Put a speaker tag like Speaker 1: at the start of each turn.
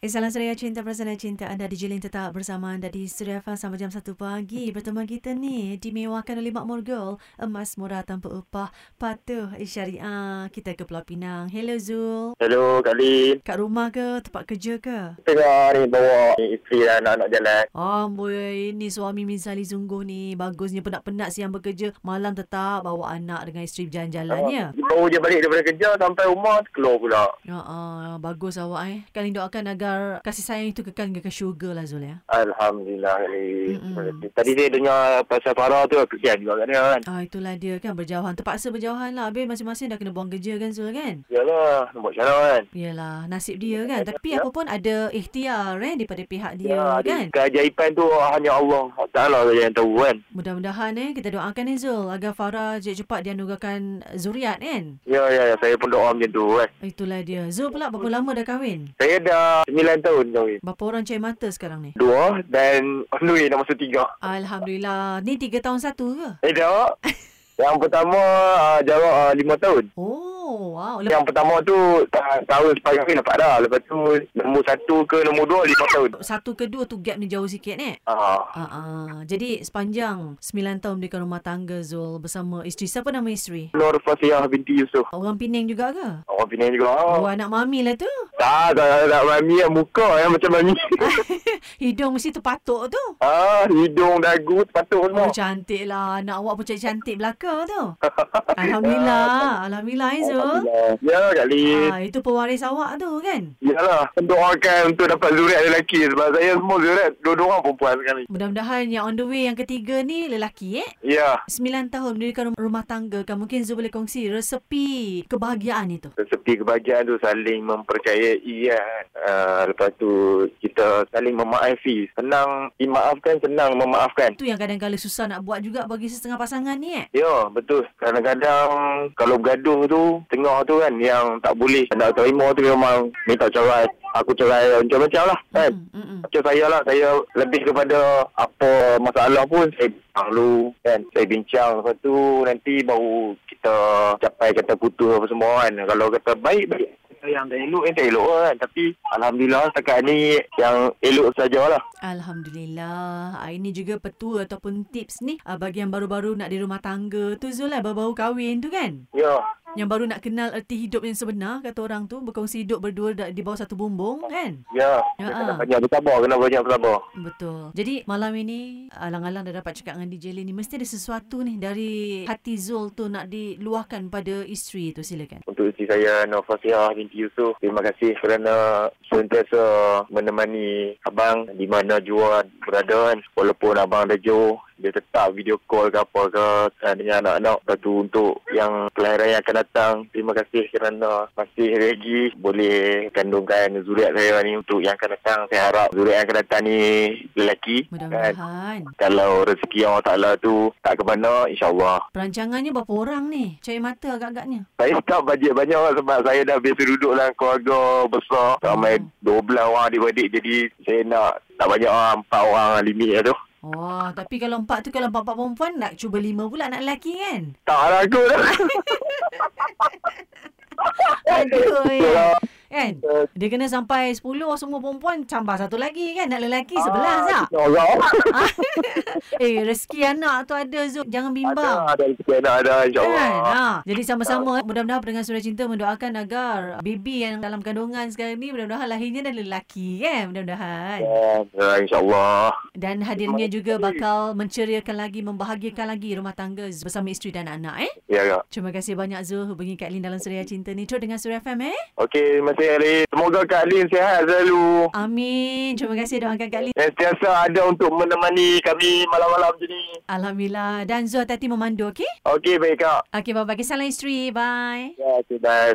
Speaker 1: Eh, Salam Suria Cinta Bersana Cinta anda dijalin tetap bersama anda di Suria Fan sama jam 1 pagi. Berteman kita ni dimewakan oleh Makmur Gold. Emas murah tanpa upah, patuh eh, syariah. Kita ke Pulau Pinang. Hello Zul.
Speaker 2: Hello Kak Lin.
Speaker 1: Kat rumah ke? Tempat kerja ke?
Speaker 2: Tengah ni bawa isteri dan anak-anak jalan.
Speaker 1: Amboi, ini suami Mizali sungguh ni. Bagusnya penat-penat siang bekerja. Malam tetap bawa anak dengan isteri berjalan-jalan ya.
Speaker 2: Baru je balik daripada kerja sampai rumah keluar pula.
Speaker 1: Ya, ah, bagus awak eh. Kalian doakan agar kasih sayang itu kekal hingga ke syurga lah Zul ya.
Speaker 2: Alhamdulillah Kak Lin.
Speaker 1: Mm-mm.
Speaker 2: Terima kasih. Tadi dia dengar pasal Farah tu kesian juga kat dia kan.
Speaker 1: Ah itulah dia kan berjauhan. Terpaksa berjauhan lah. Habis masing-masing dah kena buang kerja kan Zul kan?
Speaker 2: Yalah, nak buat macam mana kan.
Speaker 1: Yelah, nasib dia kan. Tapi apa pun ada ikhtiar eh daripada pihak dia
Speaker 2: Ya,
Speaker 1: kan?
Speaker 2: dia- Keajaiban tu ah, hanya Allah Ta'ala saja yang tahu kan.
Speaker 1: Mudah-mudahan eh kita doakan eh Zul agar Farah cepat-cepat dianugerahkan zuriat kan?
Speaker 2: Ya, ya, ya. Saya pun doa macam tu kan.
Speaker 1: Itulah dia. Zul pula berapa lama dah kahwin?
Speaker 2: Saya dah 9 tahun kahwin.
Speaker 1: Berapa orang cari mata sekarang ni?
Speaker 2: Dua dan on the way nak masuk tiga.
Speaker 1: Alhamdulillah. Ni tiga tahun satu ke?
Speaker 2: Eh, dah. Yang pertama uh, jarak uh, lima tahun.
Speaker 1: Oh, wow. Lep-
Speaker 2: Yang pertama tu ta- tahun sepanjang ni dapat dah. Lepas tu nombor satu ke nombor dua lima tahun.
Speaker 1: satu ke dua tu gap ni jauh sikit eh?
Speaker 2: Ah,
Speaker 1: Ah, ah. Jadi sepanjang 9 tahun mendirikan rumah tangga Zul bersama isteri. Siapa nama isteri?
Speaker 2: Nur Fasiah binti Yusuf.
Speaker 1: Orang Penang juga ke?
Speaker 2: Orang Penang juga. Oh.
Speaker 1: Oh, anak mami lah tu.
Speaker 2: Tak, tak, tak, tak. Mami yang muka yang macam mami.
Speaker 1: Hidung mesti terpatuk tu.
Speaker 2: ah, hidung, dagu, sepatu
Speaker 1: Oh,
Speaker 2: semua.
Speaker 1: cantik lah. Anak awak pun cantik-cantik belaka tu. Alhamdulillah. Alhamdulillah, eh, Zul.
Speaker 2: Alhamdulillah. Ya, Kak Lin.
Speaker 1: Ah, itu pewaris awak tu kan?
Speaker 2: Yalah, doakan untuk dapat zuriat lelaki sebab saya semua zuriat dua-dua orang perempuan sekali.
Speaker 1: Mudah-mudahan yang on the way yang ketiga ni lelaki eh.
Speaker 2: Ya,
Speaker 1: 9 tahun mendirikan rum- rumah tangga kan. Mungkin Zul boleh kongsi resepi kebahagiaan itu.
Speaker 2: seperti kebahagiaan tu saling mempercayai kan. Uh, lepas tu kita saling memaafi. Senang dimaafkan, senang memaafkan.
Speaker 1: Itu yang kadang-kadang susah nak buat juga bagi setengah pasangan ni eh.
Speaker 2: Ya, betul. Kadang-kadang kalau bergaduh tu, tengah tu kan yang tak boleh nak terima tu memang minta cerai. Aku cerai macam-macam lah kan.
Speaker 1: Hmm, hmm, hmm.
Speaker 2: Macam saya lah, saya lebih kepada apa masalah pun saya bincang dulu kan. Saya bincang lepas tu nanti baru kita capai kata putus apa semua kan. Kalau kata baik-baik Kata yang tak elok yang tak elok lah kan tapi Alhamdulillah setakat ni yang elok sajalah
Speaker 1: Alhamdulillah. Ah, Ini juga petua ataupun tips ni ah, bagi yang baru-baru nak di rumah tangga tu Zul lah baru-baru kahwin tu kan.
Speaker 2: ya
Speaker 1: Yang baru nak kenal erti hidup yang sebenar kata orang tu berkongsi hidup berdua da- di bawah satu bumbung kan.
Speaker 2: ya,
Speaker 1: Ya,
Speaker 2: ya
Speaker 1: ah.
Speaker 2: kena banyak bersabar kena banyak bersabar
Speaker 1: Betul. Jadi malam ini ah, alang-alang dah dapat cakap dengan DJ Lin ni mesti ada sesuatu ni dari hati Zul tu nak diluahkan pada isteri tu silakan.
Speaker 2: untuk isteri saya Nur Fasiah binti Yusuf terima kasih kerana sentiasa menemani abang di mana jua berada kan walaupun abang ada jauh dia tetap video call ke apa ke eh, dengan anak-anak lepas tu untuk yang kelahiran yang akan datang terima kasih kerana masih lagi boleh kandungkan zuriat saya ni untuk yang akan datang saya harap zuriat yang akan datang ni lelaki kan
Speaker 1: Mudah-mudahan.
Speaker 2: kalau rezeki Allah Ta'ala tu tak ke mana insyaAllah
Speaker 1: Perancangannya berapa orang ni? Cari mata agak-agaknya.
Speaker 2: Saya tak bajet banyak lah sebab saya dah biasa duduk dalam keluarga besar. Ramai
Speaker 1: Hmm.
Speaker 2: 12 orang adik-adik jadi saya nak tak banyak orang, 4 orang lah limit lah tu.
Speaker 1: Wah, tapi kalau empat tu kalau empat-empat perempuan nak cuba lima pula nak lelaki kan?
Speaker 2: Tak lah aku dah.
Speaker 1: Aduh.
Speaker 2: Itulah.
Speaker 1: Kan? Dia kena sampai 10 semua perempuan tambah satu lagi kan nak lelaki 11 tak?
Speaker 2: Ah, orang.
Speaker 1: Eh rezeki anak tu ada Zul jangan
Speaker 2: Ada, Ya
Speaker 1: bimbang.
Speaker 2: ada rezeki anak ada insyaAllah.
Speaker 1: Kan? Ha. Jadi sama-sama eh. mudah-mudahan dengan surah cinta mendoakan agar baby yang dalam kandungan sekarang ni mudah-mudahan lahirnya dah lelaki kan mudah-mudahan.
Speaker 2: Ya, InsyaAllah.
Speaker 1: Dan hadirnya juga bakal menceriakan lagi membahagiakan lagi rumah tangga bersama isteri dan anak eh.
Speaker 2: Ya, Kak.
Speaker 1: Terima kasih banyak Zul hubungi Kak Lin dalam Suria Cinta ni terus dengan Suria FM eh.
Speaker 2: Okey, terima kasih Ali. Semoga Kak Lin sihat selalu.
Speaker 1: Amin. Terima kasih doakan Kak Lin.
Speaker 2: Dan sentiasa ada untuk menemani kami malam-malam ni.
Speaker 1: Alhamdulillah. Dan Zul hati-hati memandu, okey?
Speaker 2: Okey, baik Kak.
Speaker 1: Okey, bye-bye. Kisah lain isteri. Bye.
Speaker 2: Ya, okay, bye.